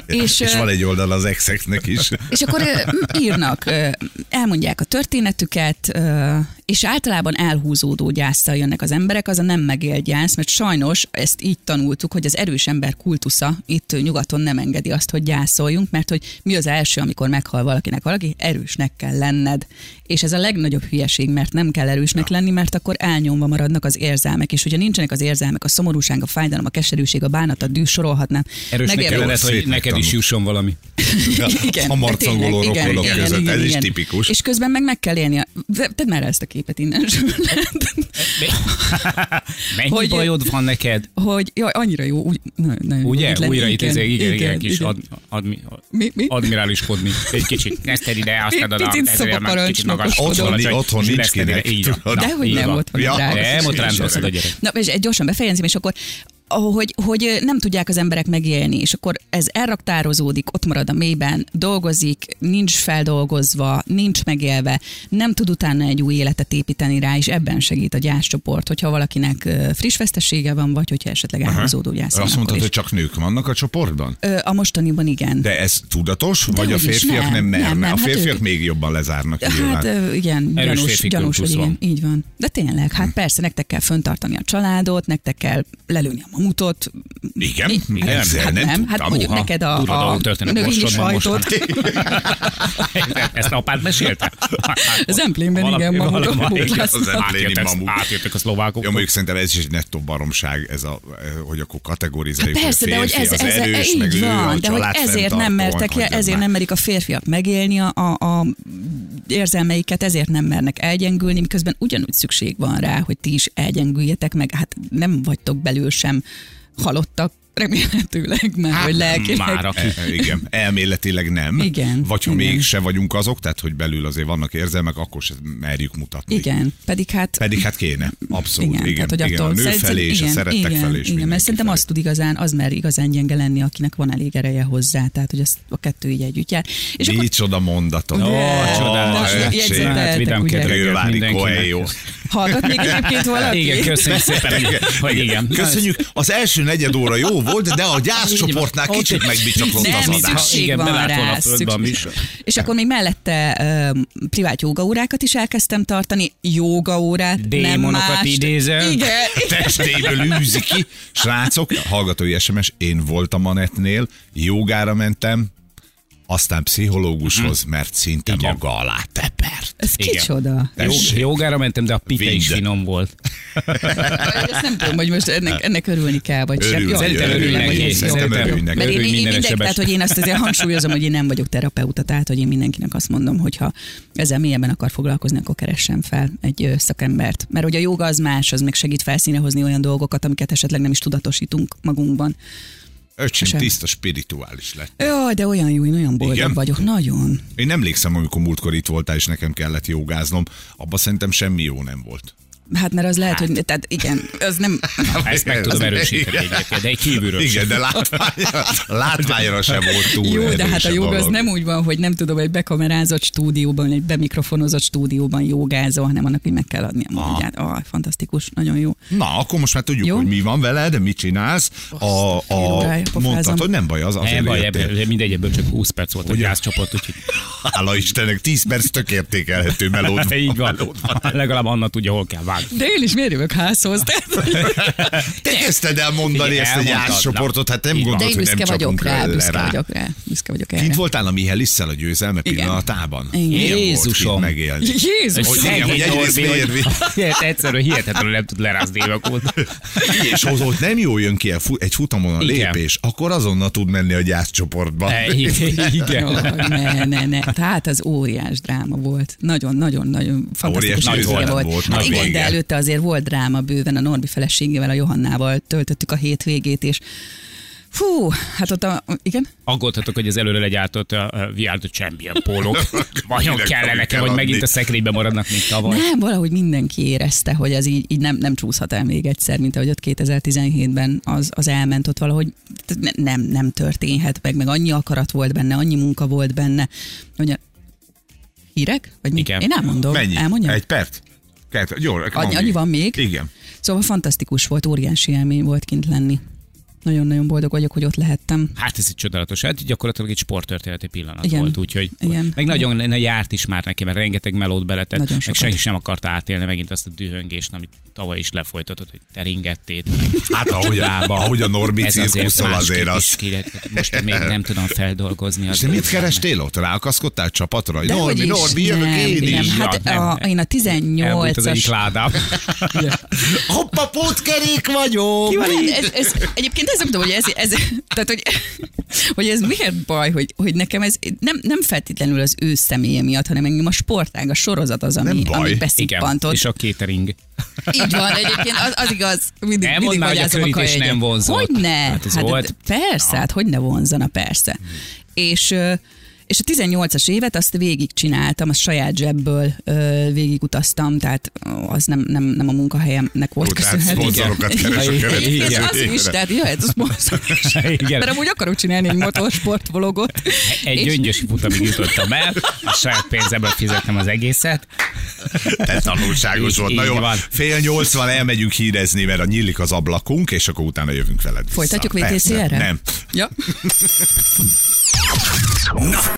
Speaker 4: És,
Speaker 1: És,
Speaker 4: ö,
Speaker 1: van egy oldal az exeknek is.
Speaker 4: És akkor ö, m- írnak, ö, elmondják a történetüket, ö, és általában elhúzódó gyászsal jönnek az emberek, az a nem megél gyász, mert sajnos ezt így tanultuk, hogy az erős ember kultusza itt ö, nyugaton nem engedi azt, hogy gyászoljunk, mert hogy mi az első, amikor meghal valakinek valaki, erősnek kell lenned. És ez a legnagyobb hülyeség, mert nem kell erősnek lenni, mert akkor elnyomva maradnak az érzelmek, és hogyha nincsenek az érzelmek, a szomorúság, a fájdalom, a keserűség, a bánat, a dű, sorolhatnám.
Speaker 2: Erősnek
Speaker 4: Megér-
Speaker 2: kellene,
Speaker 1: Jó, szép
Speaker 2: hogy neked is
Speaker 1: megtanult.
Speaker 2: jusson valami.
Speaker 4: igen,
Speaker 1: a marcangoló
Speaker 4: tényleg, igen,
Speaker 1: rokonok
Speaker 4: igen,
Speaker 1: között.
Speaker 4: igen,
Speaker 1: Ez is
Speaker 4: igen.
Speaker 1: tipikus.
Speaker 4: És közben meg meg kell élni. a- Ve- Tedd már el ezt a képet innen.
Speaker 2: Mi? Mennyi
Speaker 4: Hogy-
Speaker 2: hogy bajod van neked?
Speaker 4: hogy jaj, annyira jó. Úgy, nagyon, nagyon jó
Speaker 2: Ugye?
Speaker 4: úgy lenni.
Speaker 2: Újra itt igen, igen, igen, igen, kis ad, admi,
Speaker 4: Mi- mi?
Speaker 2: admiráliskodni. Egy kicsit, ne tedd ide, azt
Speaker 4: Pi-
Speaker 2: tedd oda.
Speaker 4: picit
Speaker 2: ezért már
Speaker 4: szobaparancsnokos
Speaker 2: kicsit magas,
Speaker 1: vagyok. Otthon-
Speaker 2: alacsony,
Speaker 1: otthon
Speaker 2: és
Speaker 1: nincs
Speaker 2: ne tedd ide.
Speaker 1: kinek.
Speaker 2: Így van. Na,
Speaker 4: Dehogy
Speaker 2: így
Speaker 4: nem
Speaker 2: van.
Speaker 4: ott van,
Speaker 1: Ja,
Speaker 4: drága.
Speaker 2: Nem, ott
Speaker 1: Nincs
Speaker 2: ráncolsz a
Speaker 1: öreg.
Speaker 2: gyerek.
Speaker 4: Na, és egy gyorsan befejezem, és akkor hogy, hogy nem tudják az emberek megélni, és akkor ez elraktározódik, ott marad a mélyben, dolgozik, nincs feldolgozva, nincs megélve, nem tud utána egy új életet építeni rá, és ebben segít a gyászcsoport, hogyha valakinek ö, friss vesztesége van, vagy hogyha esetleg elhúzódó gyász. van,
Speaker 1: Azt
Speaker 4: akkor
Speaker 1: mondtad,
Speaker 4: is.
Speaker 1: hogy csak nők vannak a csoportban?
Speaker 4: Ö, A mostaniban igen.
Speaker 1: De ez tudatos, vagy a
Speaker 4: hogy is,
Speaker 1: férfiak
Speaker 4: nem,
Speaker 1: nem, nem,
Speaker 4: nem, nem,
Speaker 1: A
Speaker 4: hát
Speaker 1: férfiak
Speaker 4: ők-
Speaker 1: még jobban lezárnak
Speaker 4: Hát
Speaker 1: nyilván.
Speaker 4: ö, igen,
Speaker 2: Erős
Speaker 4: gyanús,
Speaker 2: férfi
Speaker 4: gyanús hogy
Speaker 2: kultusz
Speaker 4: igen,
Speaker 2: van.
Speaker 4: így van. De tényleg,
Speaker 1: Hm.
Speaker 4: hát persze, nektek kell föntartani a családot, nektek kell lelőni a mamutot.
Speaker 1: Igen?
Speaker 4: Így-
Speaker 1: Igen?
Speaker 4: Hát,
Speaker 1: Ezzel
Speaker 4: hát
Speaker 1: nem
Speaker 4: nem, hát
Speaker 1: tudtam.
Speaker 4: mondjuk
Speaker 1: Uha,
Speaker 4: neked a,
Speaker 2: durva
Speaker 4: a
Speaker 2: dolgok történnek
Speaker 4: növényi
Speaker 2: mostantól
Speaker 4: sajtot.
Speaker 2: Ezt apád mesélte?
Speaker 4: Az emplémben igen, mamutok maguk
Speaker 1: az
Speaker 4: lesznek.
Speaker 1: empléni
Speaker 2: Átjöttek,
Speaker 1: mamuk.
Speaker 2: átjöttek a szlovákok.
Speaker 1: Ja, mondjuk szerintem ez is egy nettó baromság, ez a, hogy akkor kategorizáljuk,
Speaker 4: Hát persze,
Speaker 1: hogy
Speaker 4: de
Speaker 1: a
Speaker 4: hogy
Speaker 1: férfi
Speaker 4: ez,
Speaker 1: az
Speaker 4: ez, ez
Speaker 1: erős, meg
Speaker 4: így
Speaker 1: ő a
Speaker 4: van, de hogy
Speaker 1: családfenntartó,
Speaker 4: ezért nem mertek,
Speaker 1: hagyjad
Speaker 4: ezért
Speaker 1: már.
Speaker 4: nem merik a férfiak megélni a, a, a érzelmeiket, ezért nem mernek elgyengülni, miközben ugyanúgy szükség van rá, hogy ti is elgyengüljetek meg, hát nem vagytok belül sem halottak, remélhetőleg, mert hát, hogy lelkileg.
Speaker 2: Már aki.
Speaker 1: E- e- Igen, elméletileg nem.
Speaker 4: Igen,
Speaker 1: Vagy ha
Speaker 4: igen.
Speaker 1: mégse vagyunk azok, tehát hogy belül azért vannak érzelmek, akkor sem merjük mutatni.
Speaker 4: Igen, pedig hát
Speaker 1: Pedig hát kéne, abszolút. Igen, igen,
Speaker 4: tehát, hogy
Speaker 1: igen. a
Speaker 4: attól
Speaker 1: nő
Speaker 4: szerintem-
Speaker 1: felé és a szerettek
Speaker 4: igen,
Speaker 1: felé is
Speaker 4: Igen, mert
Speaker 1: mindenki
Speaker 4: szerintem
Speaker 1: felé.
Speaker 4: azt tud igazán, az mer igazán gyenge lenni, akinek van elég ereje hozzá, tehát hogy az a kettő így együtt jár. És akkor
Speaker 1: Micsoda mondatok.
Speaker 4: Ó,
Speaker 1: Ah,
Speaker 4: csodálatos.
Speaker 1: öcsém.
Speaker 4: Jegyzeteltek,
Speaker 2: Hát,
Speaker 4: ugye?
Speaker 1: Kővári Coelho.
Speaker 4: hallgat még egyébként valaki?
Speaker 2: Igen, köszönjük szépen, hogy- hogy igen.
Speaker 1: Köszönjük, az első negyed óra jó volt, de a gyászcsoportnál
Speaker 2: Így van.
Speaker 1: kicsit
Speaker 2: Ott-
Speaker 1: megbicsaklott
Speaker 4: Nem,
Speaker 1: az adás.
Speaker 4: szükség
Speaker 2: Igen,
Speaker 4: van
Speaker 2: belát volna
Speaker 4: rá.
Speaker 2: a földbe a
Speaker 4: szükség-
Speaker 2: műsor.
Speaker 4: És akkor még mellette ö, privát jogaórákat is elkezdtem tartani, jogaórát, nem
Speaker 2: Démonokat
Speaker 4: mást.
Speaker 2: idézel.
Speaker 4: Igen.
Speaker 1: testéből űzi ki. Srácok, hallgatói SMS, én voltam a netnél, jogára mentem, aztán pszichológushoz, mert szinte
Speaker 2: Mhm. Igen.
Speaker 1: maga alá tepert.
Speaker 4: Ez
Speaker 2: Igen.
Speaker 4: kicsoda.
Speaker 1: Tessék.
Speaker 2: Jogára mentem, de a pite is
Speaker 1: Vidd.
Speaker 2: finom volt.
Speaker 4: Ezt nem tudom, hogy most ennek, ennek örülni kell, vagy sem.
Speaker 1: Örülj,
Speaker 4: Jaj,
Speaker 1: Szerintem
Speaker 4: örülök,
Speaker 1: örülj
Speaker 4: vagy
Speaker 1: neki,
Speaker 4: én.
Speaker 1: szerintem
Speaker 4: Jó.
Speaker 1: örülj neki.
Speaker 4: Mert én,
Speaker 2: Örülj
Speaker 4: én, én
Speaker 2: minden
Speaker 4: mindegy, tehát,
Speaker 2: esetben.
Speaker 4: hogy én azt azért hangsúlyozom, hogy én nem vagyok terapeuta, tehát, hogy én mindenkinek azt mondom, hogy ha ezzel mélyebben akar foglalkozni, akkor keressen fel egy ö, szakembert. Mert hogy a joga az más, az meg segít felszíne hozni olyan dolgokat, amiket esetleg nem is tudatosítunk magunkban.
Speaker 1: Öcsém,
Speaker 4: Sem.
Speaker 1: tiszta spirituális lett.
Speaker 4: Jaj, de olyan jó, én olyan boldog
Speaker 1: Igen?
Speaker 4: Igen? vagyok, nagyon.
Speaker 1: Én emlékszem, amikor múltkor itt voltál, és nekem kellett jogáznom, abban szerintem semmi jó nem volt.
Speaker 4: Hát mert az lehet, hogy, tehát igen, az nem,
Speaker 2: Ezt meg tudom
Speaker 1: Ez-
Speaker 2: erősíteni
Speaker 1: Igen.
Speaker 2: egyébként, de egy kívülről sem.
Speaker 1: Igen, de látványra, látványra sem volt túl
Speaker 4: Jó, de
Speaker 1: erős
Speaker 4: hát a joga az
Speaker 1: dolog.
Speaker 4: nem úgy van, hogy nem tudom, egy bekamerázott stúdióban, egy bemikrofonozott stúdióban jogázol, hanem annak, hogy meg kell adni a magját. Ah, fantasztikus, nagyon jó.
Speaker 1: Na, akkor most már tudjuk,
Speaker 4: Jó?
Speaker 1: hogy mi van veled, mit csinálsz. A, a,
Speaker 4: órája pofázom.
Speaker 1: mondtad, hogy nem baj, az azért
Speaker 2: Nem baj,
Speaker 1: jöttél.
Speaker 2: ebből, mindegy, ebből csak 20 perc volt a gyászcsoport, úgyhogy
Speaker 1: Hála Istennek, 10 perc tök értékelhető melód.
Speaker 2: így van. Legalább Anna tudja, hol kell vágni.
Speaker 4: De én is miért jövök házhoz?
Speaker 1: Hát, Te kezdted el mondani
Speaker 2: Figyelj,
Speaker 1: ezt egy
Speaker 2: elmondtad,
Speaker 1: áscsoportot, hát nem
Speaker 2: Így van.
Speaker 1: gondolod,
Speaker 4: De én
Speaker 1: hogy nem
Speaker 4: büszke vagyok
Speaker 1: csapunk
Speaker 4: rá,
Speaker 1: le-
Speaker 4: büszke
Speaker 1: rá.
Speaker 4: vagyok rá, büszke vagyok erre.
Speaker 1: Kint voltál a Mihelisszel a győzelme
Speaker 4: Igen.
Speaker 1: pillanatában?
Speaker 4: Igen.
Speaker 1: Milyen volt
Speaker 2: Jézusom.
Speaker 1: kint megélni?
Speaker 4: Jézus!
Speaker 1: Hogy igen, hogy
Speaker 2: Szegény
Speaker 1: egyrészt
Speaker 2: Norbi,
Speaker 1: miért
Speaker 2: hogy- Ilyet egyszerűen hihetetlenül nem tud lerázni évek óta.
Speaker 1: És ha ott nem jól jön ki a fu- egy futamon a
Speaker 2: Igen.
Speaker 1: lépés, akkor azonnal tud menni a gyászcsoportba.
Speaker 2: E, i-
Speaker 4: Jaj,
Speaker 2: Igen.
Speaker 4: ne, ne, ne. Tehát az óriás dráma volt. Nagyon-nagyon-nagyon fantasztikus
Speaker 1: Óriás
Speaker 4: élmény
Speaker 1: nagy
Speaker 4: volt.
Speaker 1: volt, volt,
Speaker 4: hát
Speaker 1: nagy
Speaker 4: igen,
Speaker 1: vége.
Speaker 4: de előtte azért volt dráma bőven a Norbi feleségével, a Johannával töltöttük a hétvégét, és Fú, hát ott a, igen?
Speaker 2: Aggódhatok, hogy az előre legyártott a a We Are the Champion pólók. Vajon
Speaker 1: Minek amit
Speaker 2: kellene
Speaker 1: kell
Speaker 2: vagy
Speaker 1: adni?
Speaker 2: megint a szekrénybe maradnak, mint tavaly?
Speaker 4: Nem, valahogy mindenki érezte, hogy ez így, így nem, nem csúszhat el még egyszer, mint ahogy ott 2017-ben az, az elment ott valahogy tehát ne, nem, nem történhet meg, meg annyi akarat volt benne, annyi munka volt benne, hogy a, hírek? Vagy mi?
Speaker 2: Igen.
Speaker 4: Én elmondom.
Speaker 1: Mennyi?
Speaker 4: Elmondjam?
Speaker 1: Egy perc? Kettő. Jó, nekem
Speaker 4: Annyi,
Speaker 1: van
Speaker 4: annyi van még.
Speaker 1: Igen.
Speaker 4: Szóval fantasztikus volt, óriási élmény volt kint lenni. Nagyon-nagyon boldog vagyok, hogy ott lehettem.
Speaker 2: Hát ez itt csodálatos. Hát gyakorlatilag egy sporttörténeti pillanat
Speaker 4: Igen.
Speaker 2: volt, úgyhogy
Speaker 4: Igen.
Speaker 2: meg nagyon ne járt is már neki, mert rengeteg melót beletett,
Speaker 4: Nagyon
Speaker 2: meg
Speaker 4: sokat.
Speaker 2: senki sem akarta átélni megint azt a dühöngést, amit tavaly is lefolytatott, hogy teringettét. meg
Speaker 1: Hát ahogy,
Speaker 2: csodába.
Speaker 1: ahogy a Norbi
Speaker 2: Ez azért
Speaker 1: cirkuszol
Speaker 2: másképp
Speaker 1: azért
Speaker 2: is
Speaker 1: az.
Speaker 2: kilet- Most még nem tudom feldolgozni.
Speaker 1: És
Speaker 2: az
Speaker 1: te mit
Speaker 2: érzelmet.
Speaker 1: kerestél ott? Ráakaszkodtál csapatra?
Speaker 4: De hogy
Speaker 1: Norbi,
Speaker 4: is?
Speaker 1: Norbi, jövök
Speaker 4: nem,
Speaker 1: én
Speaker 4: nem.
Speaker 1: is.
Speaker 4: Hát
Speaker 2: Ja,
Speaker 4: a,
Speaker 2: nem.
Speaker 4: én a
Speaker 2: Elbújt az
Speaker 4: 18-as
Speaker 2: egyik ládám.
Speaker 1: Hoppa, pótkerék vagyok!
Speaker 4: Jó, ez, ez, egyébként ezt nem tudom, hogy ez, ez tehát, hogy, hogy ez miért baj, hogy, hogy nekem ez nem, nem feltétlenül az ő személye miatt, hanem engem a sportág, a sorozat az, ami,
Speaker 1: Nem baj.
Speaker 4: ami
Speaker 2: Igen,
Speaker 4: beszippantott.
Speaker 2: és a catering.
Speaker 4: Így van, egyébként az, az igaz, mindig,
Speaker 2: Nem mondd
Speaker 4: mindig
Speaker 2: már, hogy a
Speaker 4: fogyászom
Speaker 2: körítés
Speaker 4: kajegyet.
Speaker 2: nem vonzott.
Speaker 4: Hogyne?
Speaker 2: Hát
Speaker 4: Hát,
Speaker 2: ez
Speaker 4: hát
Speaker 2: volt. Hmm.
Speaker 4: Persze, hát hogy ne vonzana, persze. És ö, és a 18-as évet azt végigcsináltam, azt saját zsebből ö, végigutaztam, tehát ö, az nem, nem, nem a munkahelyemnek volt
Speaker 1: Jó, tehát
Speaker 4: köszönhető.
Speaker 1: szponzorokat
Speaker 4: Igen.
Speaker 1: keres a
Speaker 4: Igen.
Speaker 1: következő
Speaker 4: Egyébként Az
Speaker 1: évre.
Speaker 4: is, tehát jöhet a szponzor is.
Speaker 2: Igen.
Speaker 4: Mert amúgy akarok csinálni egy motorsport vlogot.
Speaker 2: Egy
Speaker 4: És-
Speaker 2: gyöngyös futamig jutottam el, a saját pénzemből fizettem az egészet.
Speaker 1: Ez tanulságos
Speaker 2: Így-
Speaker 1: volt. Na
Speaker 2: így
Speaker 1: jó,
Speaker 2: van.
Speaker 1: fél nyolcvan elmegyünk hírezni, mert a nyílik az ablakunk, és akkor utána jövünk veled vissza.
Speaker 4: Folytatjuk
Speaker 1: Persze.
Speaker 4: VTCR-re?
Speaker 1: Nem.
Speaker 4: Ja.